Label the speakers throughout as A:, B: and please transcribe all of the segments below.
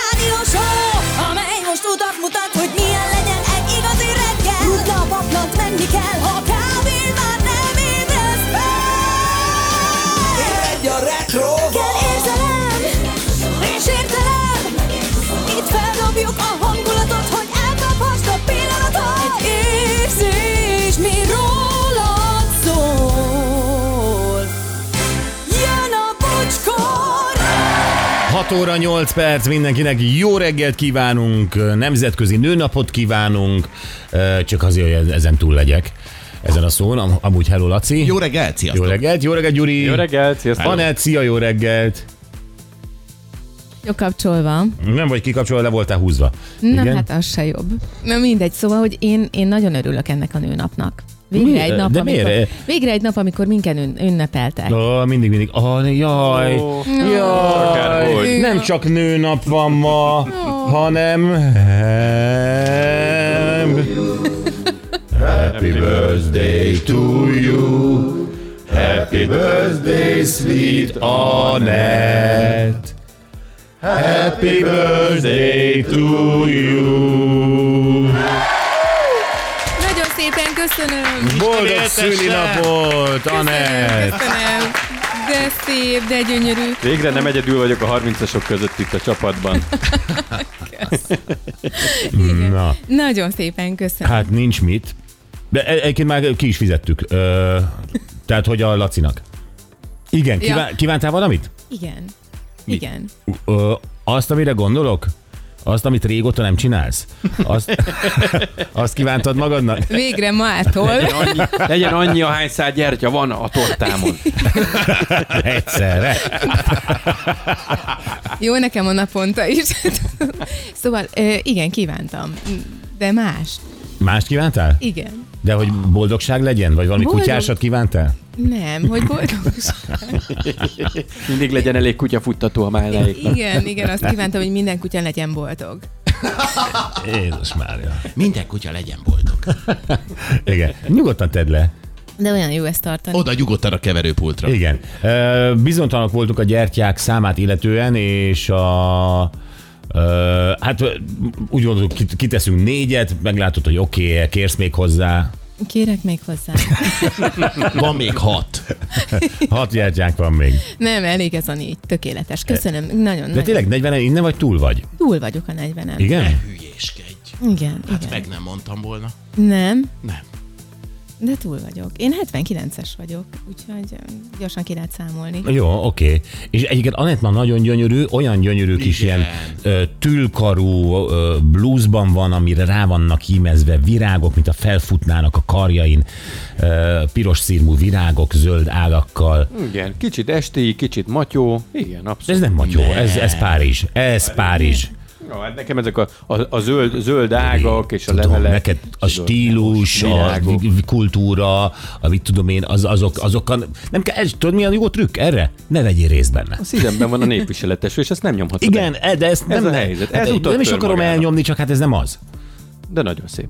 A: rádió show, amely most utat mutat, hogy milyen legyen egy igazi reggel. Rutna a paplant, menni kell, ha kávé már nem ébresz fel.
B: Egy a retro
A: Kell érzelem, és értelem, itt feldobjuk a hangulatot, hogy elkaphast a pillanatot. Egy érzés, mi rólad szól. Jön a bocskor!
C: 6 óra 8 perc, mindenkinek jó reggelt kívánunk, nemzetközi nőnapot kívánunk, Ö, csak azért, hogy ezen túl legyek. Ezen a szón, Am- amúgy hello Laci.
B: Jó reggelt,
C: jó
B: sziasztok!
C: reggelt, jó reggelt Gyuri.
D: Jó reggelt, sziasztok!
C: Anett, szia, jó reggelt.
E: Jó kapcsolva.
C: Nem vagy kikapcsolva, le voltál húzva.
E: Nem, Igen? hát az se jobb. Na mindegy, szóval, hogy én, én nagyon örülök ennek a nőnapnak. Végre
C: Mi?
E: egy nap,
C: De
E: amikor,
C: miért?
E: végre egy nap, amikor minket ün, ünnepeltek.
C: Ó, mindig, mindig. Oh, jaj,
D: Ó.
C: jaj.
D: Akárhogy.
C: Nem csak nőnap van ma, hanem... Happy birthday to you. Happy birthday, sweet Annette. Happy birthday to you.
E: Nagyon szépen köszönöm!
C: Boldog szülinapot, Anett!
E: Köszönöm! De szép, de gyönyörű.
D: Végre nem egyedül vagyok a 30-asok között itt a csapatban.
C: Na.
E: Nagyon szépen köszönöm.
C: Hát nincs mit. De e- egyébként már ki is fizettük. Ö, tehát, hogy a Lacinak. Igen, kíván, kívántál valamit?
E: Igen. Igen.
C: Ö, azt, amire gondolok? Azt, amit régóta nem csinálsz? Azt, azt kívántad magadnak?
E: Végre mától.
D: Legyen annyi, legyen annyi ahány száz gyertya van a tortámon.
C: Egyszerre.
E: Jó, nekem a naponta is. szóval, ö, igen, kívántam. De más.
C: Mást kívántál?
E: Igen.
C: De hogy boldogság legyen? Vagy valami
E: Boldog-
C: kutyásat kívántál?
E: Nem, hogy boldogság.
D: Mindig legyen elég kutyafuttató a melléig.
E: Igen, igen, azt kívántam, hogy minden kutya legyen boldog.
C: Jézus Mária.
B: Minden kutya legyen boldog.
C: Igen. Nyugodtan tedd le.
E: De olyan jó ezt tartani.
B: Oda nyugodtan a keverőpultra.
C: Igen. Ö, Bizonytalanok voltunk a gyertyák számát illetően, és a ö, hát ö, úgy gondoltuk, kit- kiteszünk négyet, meglátod, hogy oké, okay, kérsz még hozzá.
E: Kérek még hozzá.
B: Van még hat.
C: Hat gyertyánk van még.
E: Nem, elég ez a négy. Tökéletes. Köszönöm. Nagyon,
C: De
E: nagyon.
C: tényleg 40 innen vagy túl vagy?
E: Túl vagyok a 40
C: Igen?
B: Hülyéskedj.
E: Igen,
B: Hát
E: igen.
B: meg nem mondtam volna.
E: Nem,
B: Nem.
E: de túl vagyok. Én 79-es vagyok, úgyhogy öm, gyorsan ki lehet számolni.
C: Jó, oké. Okay. És egyébként Anett ma nagyon gyönyörű, olyan gyönyörű kis
B: Igen.
C: ilyen ö, tülkarú ö, blúzban van, amire rá vannak hímezve virágok, mint a felfutnának a karjain, ö, piros szírmú virágok, zöld ágakkal.
D: Igen, kicsit esti, kicsit matyó. Igen, abszolút.
C: Ez nem matyó, ez, ez Párizs. Ez Párizs.
D: Jó, hát nekem ezek a, a, a zöld, zöld ágak és a
C: Tudom,
D: levelek.
C: neked a
D: és zöld-
C: stílus, a
D: virágok.
C: vi- kultúra, a mit tudom én, az, azok, azokkal... Nem kell, ez, tudod mi a jó trükk erre? Ne vegyél részt benne.
D: A szívemben van a népviseletes, és ezt nem nyomhatod el.
C: Igen, e, de ezt nem,
D: a
C: ne-
D: helyzet,
C: hát
D: ez
C: én
D: utat
C: nem is
D: tör
C: akarom
D: magának.
C: elnyomni, csak hát ez nem az.
D: De nagyon szép.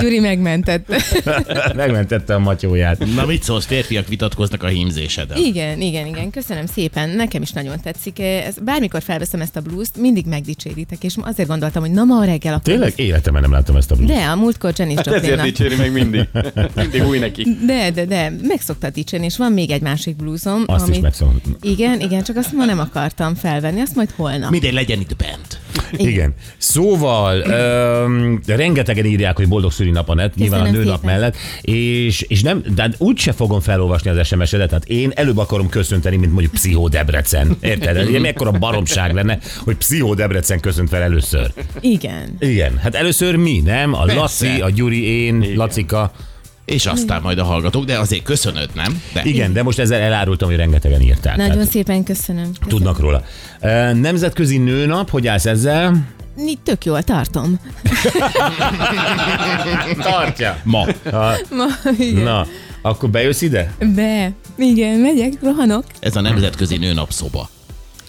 E: Gyuri megmentett.
C: Megmentette a matyóját.
B: Na mit szólsz, férfiak vitatkoznak a hímzéseden.
E: igen, igen, igen. Köszönöm szépen. Nekem is nagyon tetszik. Ez, bármikor felveszem ezt a blúzt, mindig megdicséritek, és azért gondoltam, hogy na ma reggel akkor...
C: Tényleg életemben nem láttam ezt a blúzt.
E: De, a múltkor Janis
D: Hát ezért
E: Joplinnak
D: dicséri meg mindig. Mindig új neki.
E: De, de, de, meg szokta dicsérni, és van még egy másik blúzom.
C: Azt is megszólom.
E: Igen, igen, csak azt ma nem akartam felvenni, azt majd holnap.
B: Mindegy, legyen itt bent.
C: Igen. Szóval öm, rengetegen írják, hogy boldog szülinap a net, nyilván a
E: Köszönöm
C: nőnap
E: szépen.
C: mellett, és, és nem, de hát úgy se fogom felolvasni az SMS-edet, tehát én előbb akarom köszönteni, mint mondjuk Pszichó Debrecen. Érted? Ez ilyen mekkora baromság lenne, hogy Pszichó Debrecen köszönt fel először.
E: Igen.
C: Igen, hát először mi, nem? A
B: Persze.
C: Laci, a Gyuri, én, Igen. Lacika.
B: És aztán majd a hallgatók, de azért köszönöd, nem? De.
C: Igen, de most ezzel elárultam, hogy rengetegen írták.
E: Nagyon
C: tehát
E: szépen köszönöm.
C: Tudnak róla. Ö, Nemzetközi nőnap, hogy állsz ezzel?
E: Ni- Tök jól tartom.
C: Tartja.
B: Ma.
E: Ma, igen.
C: Na, akkor bejössz ide?
E: Be. Igen, megyek, rohanok.
B: Ez a nemzetközi nőnapszoba.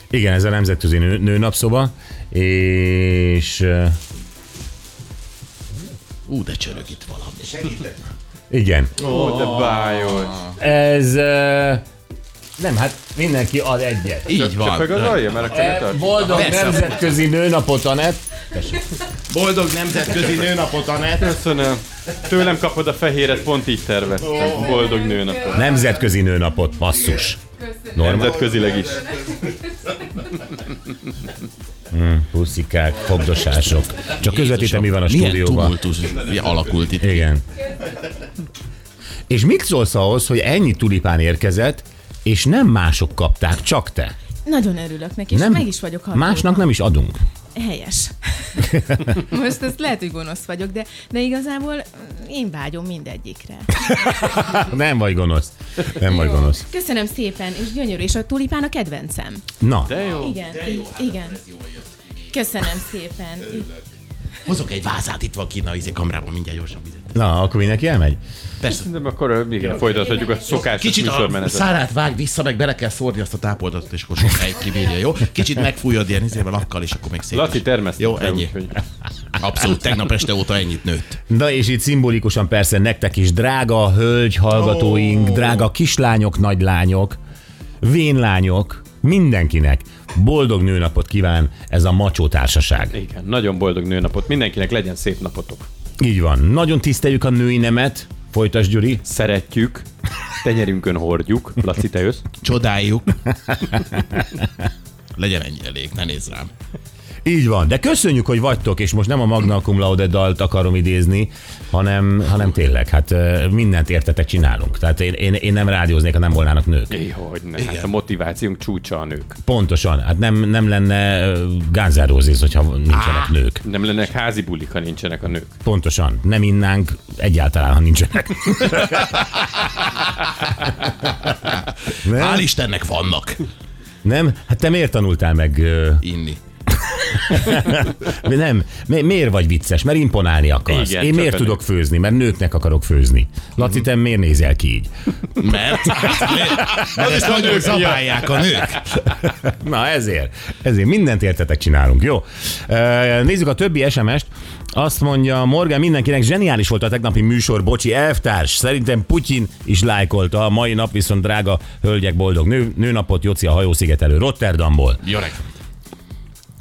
C: Igen, ez a Nemzetközi nő, Nőnapszoba, és... ö,
B: Ú, de csörög itt valami.
C: Igen.
D: Ó, de bájos.
C: Ez... ö, Nem, hát mindenki ad egyet.
B: Így
D: Csak
B: van.
D: megazolja, mert akkor ne
C: E,
D: tart.
C: Boldog
B: Persze.
C: nemzetközi nőnapot, Anett.
B: Boldog nemzetközi nőnapot, Anett.
D: Köszönöm. Tőlem kapod a fehéret, pont így terveztem. Boldog nőnapot.
C: Nemzetközi nőnapot, basszus. Norma,
D: Nemzetközileg is.
C: puszikák, fogdosások. Csak közvetítem, mi van a
B: Milyen
C: stúdióban.
B: tumultus alakult itt.
C: Igen. És mit szólsz ahhoz, hogy ennyi tulipán érkezett, és nem mások kapták, csak te.
E: Nagyon örülök neki, és
C: Nem,
E: meg is vagyok hatódva.
C: Másnak nem is adunk.
E: Helyes. Most ezt lehet, hogy gonosz vagyok, de, de igazából mm, én vágyom mindegyikre.
C: Nem vagy gonosz. Nem vagy gonosz.
E: Köszönöm szépen, és gyönyörű, és a tulipán a kedvencem.
C: Na,
D: De jó. hát
E: Igen, így, igen. Köszönöm szépen. Így-
B: Hozok egy vázát, itt van kint a izé kamerában, mindjárt gyorsan vizet.
C: na, akkor mindenki elmegy?
B: Persze.
D: De akkor igen, folytathatjuk a szokásos
B: Kicsit a
D: műsormenetet.
B: szárát vág vissza, meg bele kell szórni azt a tápoldatot, és akkor sok helyt kibírja, jó? Kicsit megfújod ilyen izével lakkal, és akkor még szép.
D: Laci
B: is.
D: termesztette.
B: Jó, ennyi.
D: úgyhogy-
B: Abszolút, tegnap este óta ennyit nőtt.
C: Na és itt szimbolikusan persze nektek is, drága hölgy hallgatóink, drága kislányok, nagylányok, vénlányok, mindenkinek boldog nőnapot kíván ez a macsó társaság.
D: Igen, nagyon boldog nőnapot. Mindenkinek legyen szép napotok.
C: Így van. Nagyon tiszteljük a női nemet. Folytas, Gyuri.
D: Szeretjük, tenyerünkön hordjuk. Laci, te jössz?
B: Csodáljuk. Legyen ennyi elég, ne nézz rám.
C: Így van, de köszönjük, hogy vagytok, és most nem a Magna Cum Laude dalt akarom idézni, hanem, hanem tényleg, hát ö, mindent értetek csinálunk. Tehát én, én, én nem rádióznék, ha nem volnának nők.
D: Éhogy ne. Hát a motivációnk csúcsa a nők.
C: Pontosan, hát nem, nem lenne gánzárózis, hogyha nincsenek nők.
D: Nem lennek házi bulik, ha nincsenek a nők.
C: Pontosan, nem innánk egyáltalán, ha nincsenek.
B: Hál'
C: nem?
B: Istennek vannak
C: nem? Hát te miért tanultál meg? ö,
B: inni.
C: Nem, mi- miért vagy vicces? Mert imponálni akarsz.
D: Igen,
C: Én
D: csak
C: miért
D: pedig.
C: tudok főzni? Mert nőknek akarok főzni. Laci, te miért nézel ki így?
B: Mert, hát, mert, mert ezt nagyon zabálják a nők.
C: Na ezért, ezért mindent értetek csinálunk, jó? Ö, Nézzük a többi SMS-t. Azt mondja Morgan, mindenkinek zseniális volt a tegnapi műsor, bocsi, elvtárs. Szerintem Putyin is lájkolta. A mai nap viszont drága hölgyek boldog nő, nőnapot, Joci a hajószigetelő Rotterdamból.
B: Jöreg.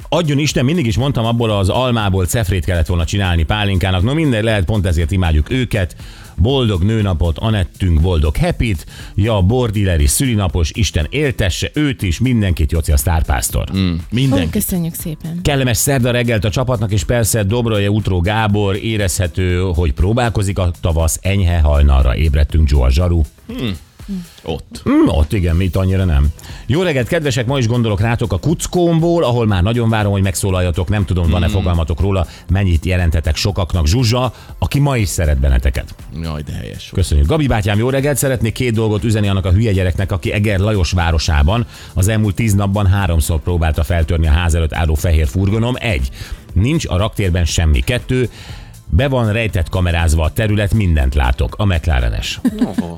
C: Adjon Isten, mindig is mondtam, abból az almából cefrét kellett volna csinálni pálinkának. No minden lehet, pont ezért imádjuk őket. Boldog nőnapot, Anettünk boldog happyt, ja, bordileri szülinapos, Isten éltesse őt is, mindenkit, Joci a sztárpásztor. Mm.
E: Ó,
B: Mindenki.
E: köszönjük szépen.
C: Kellemes szerda reggelt a csapatnak, és persze Dobroje Utró Gábor érezhető, hogy próbálkozik a tavasz, enyhe hajnalra ébredtünk Joa Zsaru.
B: Ott.
C: Mm, ott igen, mi itt annyira nem. Jó reggelt, kedvesek, ma is gondolok rátok a kuckómból, ahol már nagyon várom, hogy megszólaljatok, nem tudom, van-e fogalmatok róla, mennyit jelentetek sokaknak Zsuzsa, aki ma is szeret benneteket.
B: Jaj, de helyes. volt.
C: Köszönjük. Gabi bátyám, jó reggelt! Szeretnék két dolgot üzeni annak a hülye gyereknek, aki Eger Lajos városában az elmúlt tíz napban háromszor próbálta feltörni a ház előtt álló fehér furgonom. Egy, nincs a raktérben semmi. Kettő, be van rejtett kamerázva a terület, mindent látok. A McLarenes.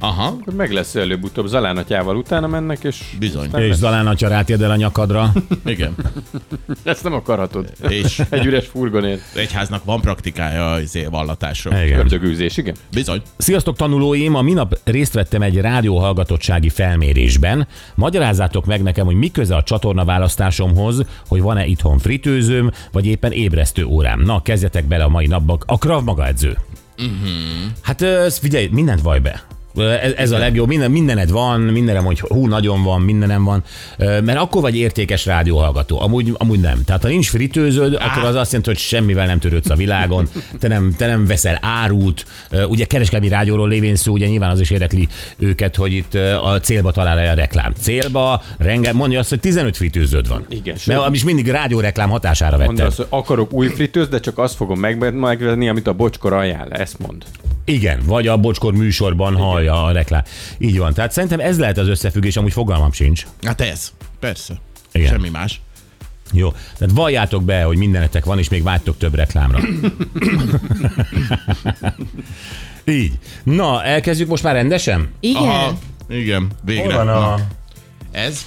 B: Aha,
D: Akkor meg lesz előbb-utóbb zalánatyával utána mennek, és
B: bizony.
C: És Zalán atya rátjed el a nyakadra.
B: Igen.
D: ezt nem akarhatod.
B: És
D: Egy üres furgonért.
B: egyháznak van praktikája az vallatásra.
C: Igen.
D: Ördögűzés, igen.
B: Bizony.
C: Sziasztok tanulóim, a minap részt vettem egy rádióhallgatottsági felmérésben. Magyarázzátok meg nekem, hogy mi köze a csatorna választásomhoz, hogy van-e itthon fritőzőm, vagy éppen ébresztő órám. Na, kezdjetek bele a mai napba. A Krav maga edző. Uh-huh. Hát ö, figyelj, mindent vaj be. Ö, Ez, ez a legjobb, minden, mindened van, mindenem, hogy hú, nagyon van, mindenem van. Ö, Mert akkor vagy értékes rádióhallgató, amúgy, amúgy nem. Tehát ha nincs fritőződ, akkor az azt jelenti, hogy semmivel nem törődsz a világon, te nem, te nem veszel árut. Ö, Ugye kereskedelmi rádióról lévén szó, ugye nyilván az is érdekli őket, hogy itt ö, a célba talál a reklám. Célba, renge, mondja azt, hogy 15 fritőződ van.
D: Igen,
C: Mert ami is mindig rádióreklám hatására
D: Mondd
C: vetted.
D: azt, hogy akarok új fritőzt, de csak azt fogom meg- megvenni, amit a bocskor ajánl. Ezt mond.
C: Igen, vagy a bocskor műsorban hallja a reklám. Így van. Tehát szerintem ez lehet az összefüggés, amúgy fogalmam sincs.
B: Hát ez. Persze.
C: Igen.
B: Semmi más.
C: Jó, tehát valljátok be, hogy mindenetek van, és még vágytok több reklámra. Így. Na, elkezdjük most már rendesen?
E: Igen,
B: Igen, végre.
C: Na,
B: Ez?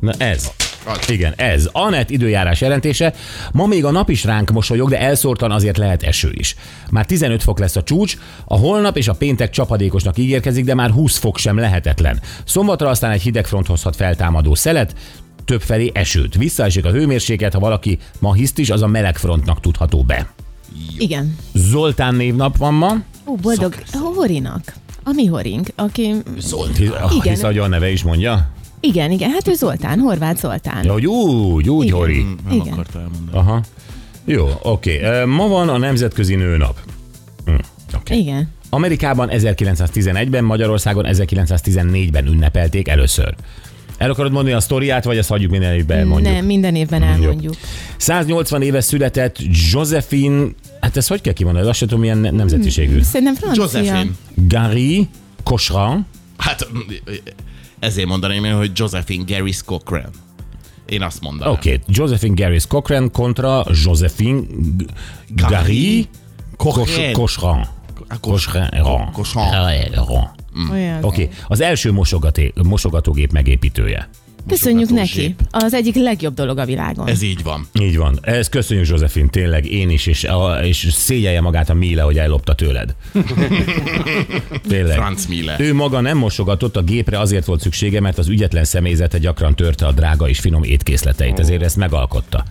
C: Na ez.
B: Az.
C: Igen, ez. Anett időjárás jelentése. Ma még a nap is ránk mosolyog, de elszórtan azért lehet eső is. Már 15 fok lesz a csúcs, a holnap és a péntek csapadékosnak ígérkezik, de már 20 fok sem lehetetlen. Szombatra aztán egy hideg front hozhat feltámadó szelet, többfelé esőt. Visszaesik a hőmérséklet, ha valaki ma hiszt is, az a meleg frontnak tudható be.
E: Igen.
C: Zoltán névnap van ma.
E: Ó, boldog. Horinak. A mi horink, aki...
C: Hisz,
E: Igen.
C: hisz ahogy a neve is mondja.
E: Igen, igen, hát ő Zoltán, Horváth Zoltán.
C: Ja, hogy úgy, úgy,
E: Igen.
C: Hori.
B: Nem
E: Igen.
B: akarta elmondani.
C: Aha. Jó, oké. Okay. Ma van a Nemzetközi Nőnap. Hm, Okay.
E: Igen.
C: Amerikában 1911-ben, Magyarországon 1914-ben ünnepelték először. El akarod mondani a sztoriát, vagy ezt hagyjuk minden évben elmondjuk?
E: Nem, minden évben elmondjuk.
C: 180 éve született Josephine, hát ezt hogy kell kimondani, azt sem tudom, milyen ne- nemzetiségű.
E: Szerintem francia.
B: Josephine.
E: Hmm.
C: Gary Cochran,
B: Hát m- ezért mondanám én, hogy Josephine Gary Cochran. Én azt mondanám.
C: oké, okay. Josephine Garris Cochran kontra Josephine G- Gary Cochran.
B: Cochran.
C: Cochran.
B: A kos-
C: Cochran. Ah,
B: Cochran.
C: Cochran.
B: Mm.
E: Olyan.
C: Oké, okay. az első mosogaté, mosogatógép megépítője.
E: Köszönjük neki.
B: mosogatózsép.
E: Az egyik legjobb dolog a világon.
B: Ez így van.
C: Így van. Ezt köszönjük, Josephine, tényleg én is, és, a, és szégyelje magát a Míle, hogy ellopta tőled. tényleg.
B: Franz Miller.
C: Ő maga nem mosogatott, a gépre azért volt szüksége, mert az ügyetlen személyzete gyakran törte a drága és finom étkészleteit, ezért ezt megalkotta.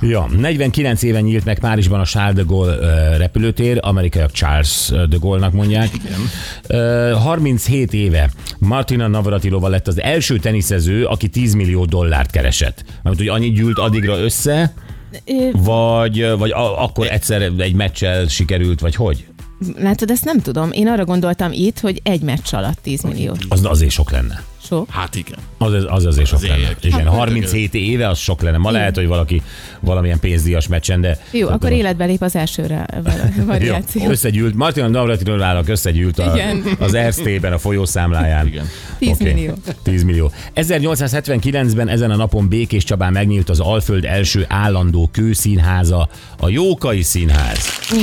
C: Ja, 49 éven nyílt meg Párizsban a Charles de Gaulle ö, repülőtér, amerikaiak Charles de Gaulle-nak mondják. Ö, 37 éve Martina Navratilova lett az első teniszező, aki 10 millió dollárt keresett. Mert hogy annyit gyűlt addigra össze,
E: Ö,
C: vagy, vagy a, akkor egyszer egy meccsel sikerült, vagy hogy?
E: Látod, ezt nem tudom. Én arra gondoltam itt, hogy egy meccs alatt 10 millió.
C: Az azért sok lenne.
E: Sok.
B: Hát igen.
C: Az, az azért sok
B: Azért.
C: lenne. Igen, 37 éve az sok lenne. Ma lehet, hogy valaki valamilyen pénzdíjas meccsen, de...
E: Jó, akkor életbe lép az elsőre vari-
C: Jó,
E: variáció.
C: összegyűlt, Martina Navratilovának összegyűlt a,
E: Igen.
C: az Erztében a folyószámláján. Igen.
E: 10 millió.
C: 10 millió. 1879-ben ezen a napon Békés Csabán megnyílt az Alföld első állandó kőszínháza, a Jókai Színház.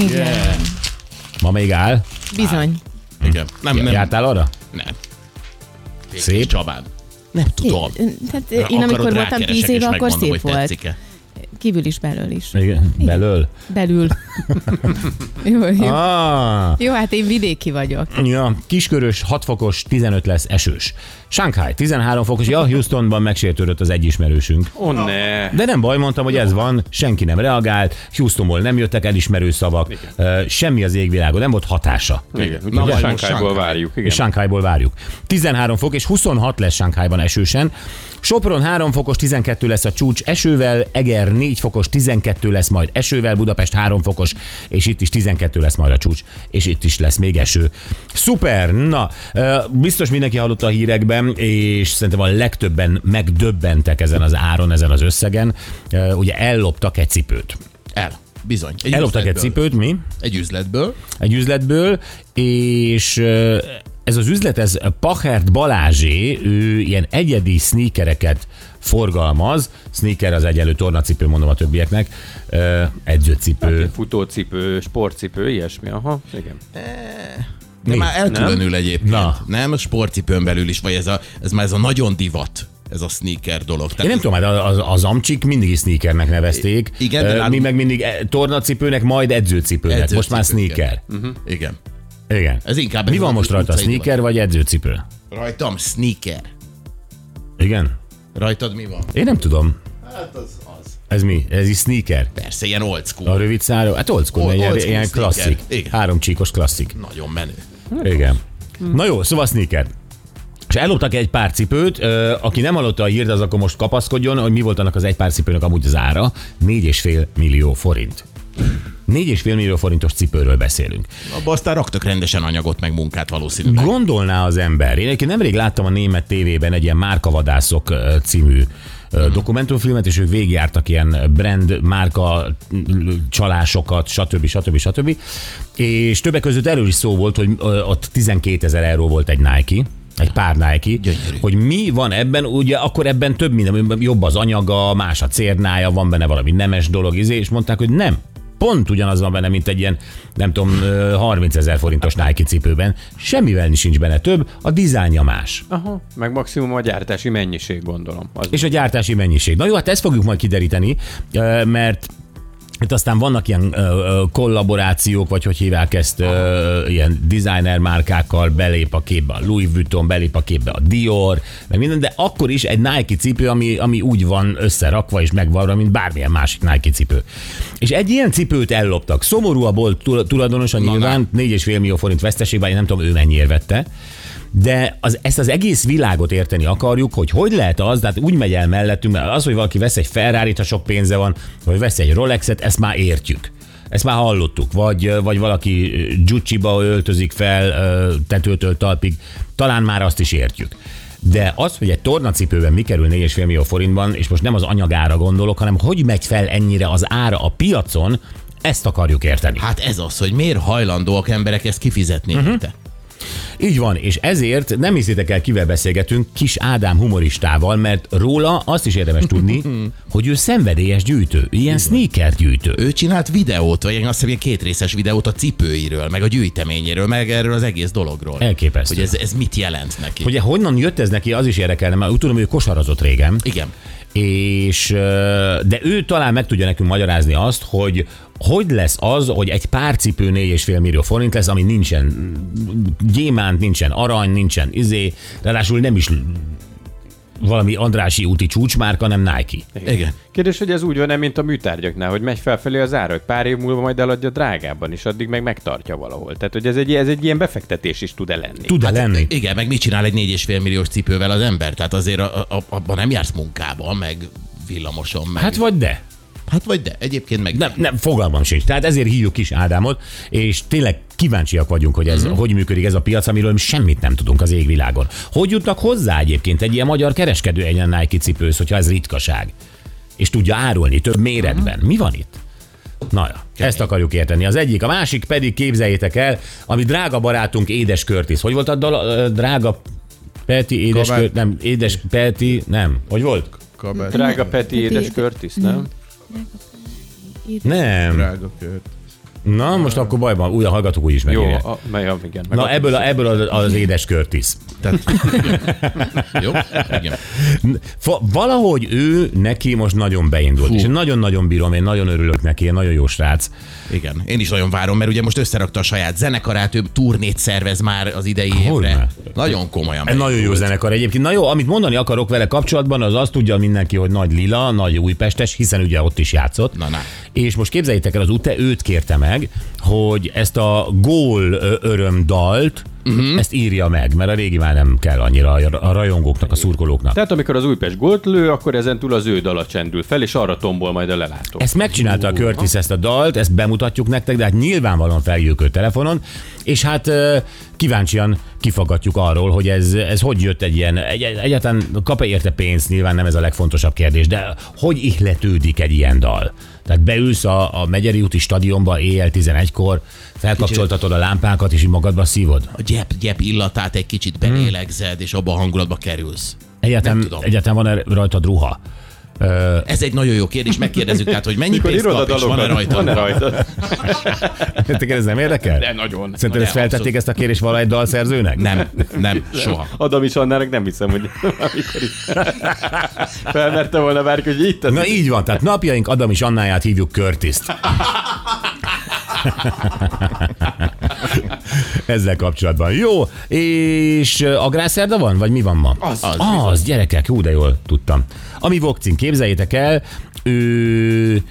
E: Igen.
C: Ma még áll.
E: Bizony.
B: Igen. Nem, nem.
C: Jártál arra?
B: Nem. Békés
C: Szép.
B: Csabán. Nem tudom.
E: Én, tehát én amikor
B: Akarod,
E: voltam
B: rákeresek,
E: 10
B: és
E: éve, akkor
B: megmondom,
E: szép
B: hogy
E: volt.
B: tetszik-e.
E: Kívül is, belül is.
C: Igen. Belől?
E: Belül. jó, jó.
C: Ah,
E: jó, hát én vidéki vagyok.
C: Ja, kiskörös, 6 fokos, 15 lesz esős. Shanghai, 13 fokos, ja, Houstonban megsértődött az egy ismerősünk.
D: Ó, oh, ne.
C: De nem baj, mondtam, hogy ez van, senki nem reagált, Houstonból nem jöttek elismerő szavak, ö, semmi az égvilágon, nem volt hatása.
D: Igen,
B: Na,
D: úgyhogy
B: majd
D: a
B: most
D: Sánkhájból
B: Sánkháj.
D: várjuk.
C: És
D: Igen.
C: Sánkhájból várjuk. 13 fok és 26 lesz Sánkhájban esősen. Sopron 3 fokos, 12 lesz a csúcs esővel, Eger 4 fokos, 12 lesz majd esővel, Budapest 3 fokos, és itt is 12 lesz majd a csúcs, és itt is lesz még eső. Szuper! Na, ö, biztos mindenki hallotta a hírekben, és szerintem a legtöbben megdöbbentek ezen az áron, ezen az összegen. Ö, Ugye elloptak egy cipőt.
B: El. Bizony. Egy
C: Elloptak egy
B: üzletből.
C: cipőt, mi?
B: Egy üzletből.
C: egy üzletből, és ö, ez az üzlet, ez Pachert Balázsé, ő ilyen egyedi sneakereket forgalmaz, sneaker az egyenlő tornacipő, mondom a többieknek, Ö, edzőcipő.
D: Futócipő, sportcipő, ilyesmi, aha, igen.
B: De
C: Mi?
B: már elkülönül egyébként.
C: Na.
B: Na. Nem? Sportcipőn belül is, vagy ez, a, ez már ez a nagyon divat, ez a sneaker dolog.
C: Én
B: Tehát
C: nem tudom, hát az, az amcsik mindig is sneakernek nevezték,
B: Igen, de
C: Ö, mi
B: nálunk-
C: meg mindig e- tornacipőnek, majd edzőcipőnek, most már
B: Edzőcipő,
C: sneaker.
B: Igen.
C: Igen.
B: Ez inkább
C: Mi
B: ez
C: van
B: az
C: most rajta,
B: utcai
C: sneaker vagy edzőcipő?
B: divat. Rajtam sneaker.
C: Igen?
B: Rajtad mi van?
C: Én nem tudom.
B: Hát az az.
C: Ez mi? Ez is sneaker?
B: Persze, ilyen old school.
C: A rövid száró? Hát old school,
B: Old-
C: ilyen,
B: old school
C: ilyen
B: sneaker.
C: klasszik.
B: Igen.
C: Három csíkos klasszik.
B: Nagyon menő.
C: Igen. Na jó, szóval sneaker. És elloptak egy pár cipőt, ö, aki nem hallotta a hírt, az akkor most kapaszkodjon, hogy mi volt annak az egy pár cipőnek amúgy az ára. 4,5 millió forint. 4,5 millió forintos cipőről beszélünk.
B: Abba aztán raktak rendesen anyagot, meg munkát valószínűleg.
C: Gondolná az ember. Én egyébként nemrég láttam a német tévében egy ilyen Márkavadászok ö, című ö,
B: Hmm.
C: dokumentumfilmet, és ők végigjártak ilyen brand, márka mm, csalásokat, stb. stb. stb. És többek között erről is szó volt, hogy ö, ott 12 ezer euró volt egy Nike, egy pár Nike,
B: Gyönyörű.
C: hogy mi van ebben, ugye akkor ebben több minden, jobb az anyaga, más a cérnája, van benne valami nemes dolog, izé, és mondták, hogy nem. pont ugyanaz van benne, mint egy ilyen, nem tudom, ö, 30 ezer forintos Nike cipőben. Semmivel sincs benne több, a dizájnja más.
D: Aha. Meg maximum a gyártási mennyiség, gondolom. Az
C: És a gyártási mennyiség. Na jó, hát ezt fogjuk majd kideríteni, ö, mert itt aztán vannak ilyen ö, ö, kollaborációk, vagy hogy hívják ezt, ö, ilyen designer márkákkal belép a képbe a Louis Vuitton, belép a képbe a Dior, meg minden, de akkor is egy Nike cipő, ami, ami úgy van összerakva és megvarva, mint bármilyen másik Nike cipő. És egy ilyen cipőt elloptak. Szomorú a bolt tul- tulajdonosa nyilván, 4,5 millió forint veszteségben, én nem tudom, ő mennyiért vette. De az, ezt az egész világot érteni akarjuk, hogy hogy lehet az, tehát úgy megy el mellettünk, mert az, hogy valaki vesz egy ferrari ha sok pénze van, vagy vesz egy Rolexet, ezt már értjük. Ezt már hallottuk. Vagy, vagy valaki Gucci-ba öltözik fel ö, tetőtől talpig, talán már azt is értjük. De az, hogy egy tornacipőben mi kerül 4,5 millió forintban, és most nem az anyagára gondolok, hanem hogy megy fel ennyire az ára a piacon, ezt akarjuk érteni.
B: Hát ez az, hogy miért hajlandóak emberek ezt kifizetni
C: Mhm.
B: uh-huh. érte.
C: Így van, és ezért nem hiszitek el, kivel beszélgetünk, kis Ádám humoristával, mert róla azt is érdemes tudni, hogy ő szenvedélyes gyűjtő, ilyen sneaker gyűjtő.
B: Ő csinált videót, vagy én azt hiszem, ilyen kétrészes videót a cipőiről, meg a gyűjteményéről, meg erről az egész dologról.
C: Elképesztő.
B: Hogy ez, ez mit jelent neki. Hogy...
C: Ugye honnan jött ez neki, az is érdekelne, mert úgy tudom, hogy ő kosarazott régen.
B: Igen.
C: és ö, de ő talán meg tudja nekünk magyarázni azt, hogy hogy lesz az, hogy egy pár cipő 4,5 millió forint lesz, ami nincsen gyémánt, nincsen arany, nincsen izé, ráadásul nem is valami Andrási úti csúcsmárka, nem Nike.
B: Igen.
D: Kérdés, hogy ez úgy van-e, mint a műtárgyaknál, hogy megy felfelé az ára, hogy pár év múlva majd eladja drágában, és addig meg megtartja valahol. Tehát, hogy ez egy, ez egy ilyen befektetés is tud-e lenni.
C: Tud-e hát, lenni?
B: Igen, meg mit csinál egy 4,5 milliós cipővel az ember? Tehát azért a, a, abban nem jársz munkába, meg villamoson, meg...
C: Hát vagy de.
B: hát vagy de, egyébként meg
C: Nem, nem, fogalmam sincs. Tehát ezért hívjuk is Ádámot, és tényleg kíváncsiak vagyunk, hogy ez, hogy működik ez a piac, amiről mi semmit nem tudunk az égvilágon. Hogy jutnak hozzá egyébként egy ilyen magyar kereskedő egy ilyen Nike cipősz, hogyha ez ritkaság? És tudja árulni több méretben. Mi van itt? Na ja, ezt akarjuk érteni. Az egyik, a másik pedig képzeljétek el, ami drága barátunk Édes Körtis. Hogy volt a dal, ö, drága Peti, Édes
B: Kabát.
C: Kör, nem, Édes Peti, nem. Hogy volt?
B: Kabát,
D: Drága Peti, Mhm. édes Curtis, nem?
C: Nem.
B: drága kört.
C: Na, most akkor bajban, újra hallgatók úgy is
D: Jó,
C: megírják.
D: a, mely, a- igen. meg
C: Na
D: a-
C: ebből, a, ebből az, az édes körtisz.
B: Tehát... Jó? Igen.
C: Fa- Valahogy ő neki most nagyon beindult, Hú. és én nagyon-nagyon bírom, én nagyon örülök neki, én nagyon jó srác.
B: Igen, én is nagyon várom, mert ugye most összerakta a saját zenekarát, ő turnét szervez már az idei évre.
C: Hogyne.
B: Nagyon komolyan.
C: Egy nagyon jó zenekar egyébként. Na jó, amit mondani akarok vele kapcsolatban, az azt tudja mindenki, hogy nagy Lila, nagy újpestes, hiszen ugye ott is játszott.
B: Na, na.
C: És most képzeljétek el, az UTE őt kérte meg, hogy ezt a gól ö, öröm dalt,
B: Mhm.
C: uh-huh. ezt írja meg, mert a régi már nem kell annyira a a rajongóknak, a szurkolóknak.
D: Tehát amikor az Újpest gólt lő, akkor ezen túl az ő dala csendül fel, és arra tombol majd a lelátó.
C: Ezt megcsinálta a Curtis ezt a dalt, ezt bemutatjuk nektek, de hát nyilvánvalóan felhívjuk őt telefonon, és hát ö, kíváncsian kifagatjuk arról, hogy ez, ez hogy jött egy ilyen, egy, egy- egyáltalán kap-e érte pénzt, nyilván nem ez a legfontosabb kérdés, de hogy ihletődik egy ilyen dal? Tehát beülsz a, a Megyeri úti stadionba éjjel 11-kor, felkapcsoltatod a lámpákat, és így magadba szívod?
B: A gyep, gyep illatát egy kicsit belélegzed, és abba a hangulatba kerülsz.
C: Egyáltalán,
B: tudom.
C: egyáltalán van-e rajtad ruha?
B: Ez egy nagyon jó kérdés, megkérdezzük, tehát, hogy mennyi
D: Mikor
B: pénzt
D: írod a
B: kap, és van-e
D: dalokat,
B: rajta?
D: van-e rajta?
C: Téged Hát ez nem érdekel?
D: De nagyon.
C: Szerinted ezt
B: Na, de
C: feltették ezt a kérést valahogy dalszerzőnek?
B: Nem, nem, soha.
D: Adam is annának nem hiszem, hogy amikor is felmerte volna bárki, hogy itt az...
C: Na így van, tehát napjaink Adam és Annáját hívjuk Körtiszt. Ezzel kapcsolatban. Jó, és ö, agrárszerda van, vagy mi van ma?
D: Az.
C: az, az gyerekek, jó, de jól tudtam. Ami Vokcin, képzeljétek el, ő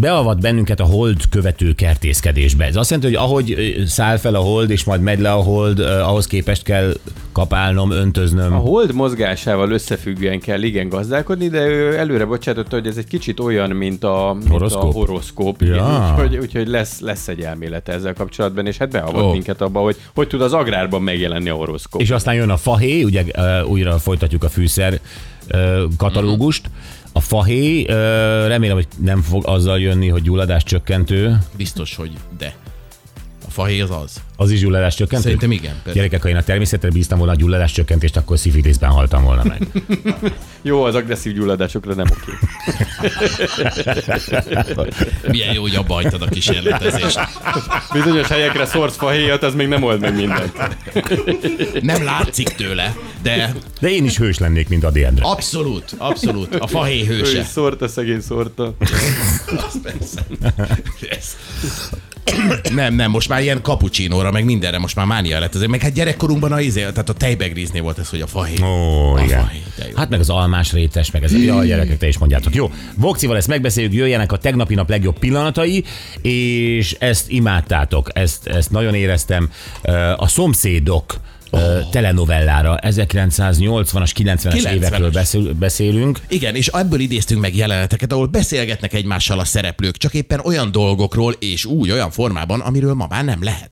C: beavat bennünket a hold követő kertészkedésbe. Ez azt jelenti, hogy ahogy ö, száll fel a hold, és majd megy le a hold, ö, ahhoz képest kell kapálnom, öntöznöm.
D: A hold mozgásával összefüggően kell igen gazdálkodni, de ő előre bocsátotta, hogy ez egy kicsit olyan, mint a mint
C: Horoszkóp?
D: A horoszkóp igen.
C: Ja.
D: Úgyhogy, úgyhogy lesz, lesz egy elmélete ezzel kapcsolatban, és hát beavat
B: Ó.
D: minket abba, hogy hogy tud az agrárban megjelenni a horoszkóp.
C: És aztán jön a fahé, ugye ö, újra folytatjuk a fűszer ö, katalógust. A fahé, ö, remélem, hogy nem fog azzal jönni, hogy gyulladás csökkentő.
B: Biztos, hogy de. A fahéz az.
C: Az is gyulladás csökkentés?
B: Szerintem igen, persze.
C: Gyerekek, ha én a természetre bíztam volna a gyulladás csökkentést, akkor szifiliszben haltam volna meg.
D: Jó, az agresszív gyulladásokra nem oké.
B: Milyen jó, hogy abba hagytad a kísérletezést.
D: Bizonyos helyekre szórsz fahéjat, az még nem old meg mindent.
B: Nem látszik tőle, de
C: De én is hős lennék, mint Adi Endre.
B: abszolút, abszolút, a fahéj
D: Ő is
B: hőse.
D: szórta, szegény szórta.
B: Az persze. Ez. Nem, nem, most már ilyen kapucsinóra, meg mindenre, most már mánia lett. Ezért meg hát gyerekkorunkban a izé, tehát a tejbegríznél volt ez, hogy a fahéj.
C: Ó,
B: A
C: igen.
B: fahéj, de jó.
C: Hát meg az almás rétes, meg ez. Jaj, gyerekek, te is mondjátok. Jó, Voxival ezt megbeszéljük, jöjjenek a tegnapi nap legjobb pillanatai, és ezt imádtátok, ezt, ezt nagyon éreztem. Ö, A szomszédok ö,
B: Oh.
C: telenovellára 1980-as, 90-es
B: 90-es.
C: évekről beszél- beszélünk.
B: Igen, és ebből idéztünk meg jeleneteket, ahol beszélgetnek egymással a szereplők, csak éppen olyan dolgokról és úgy, olyan formában, amiről ma már nem lehet.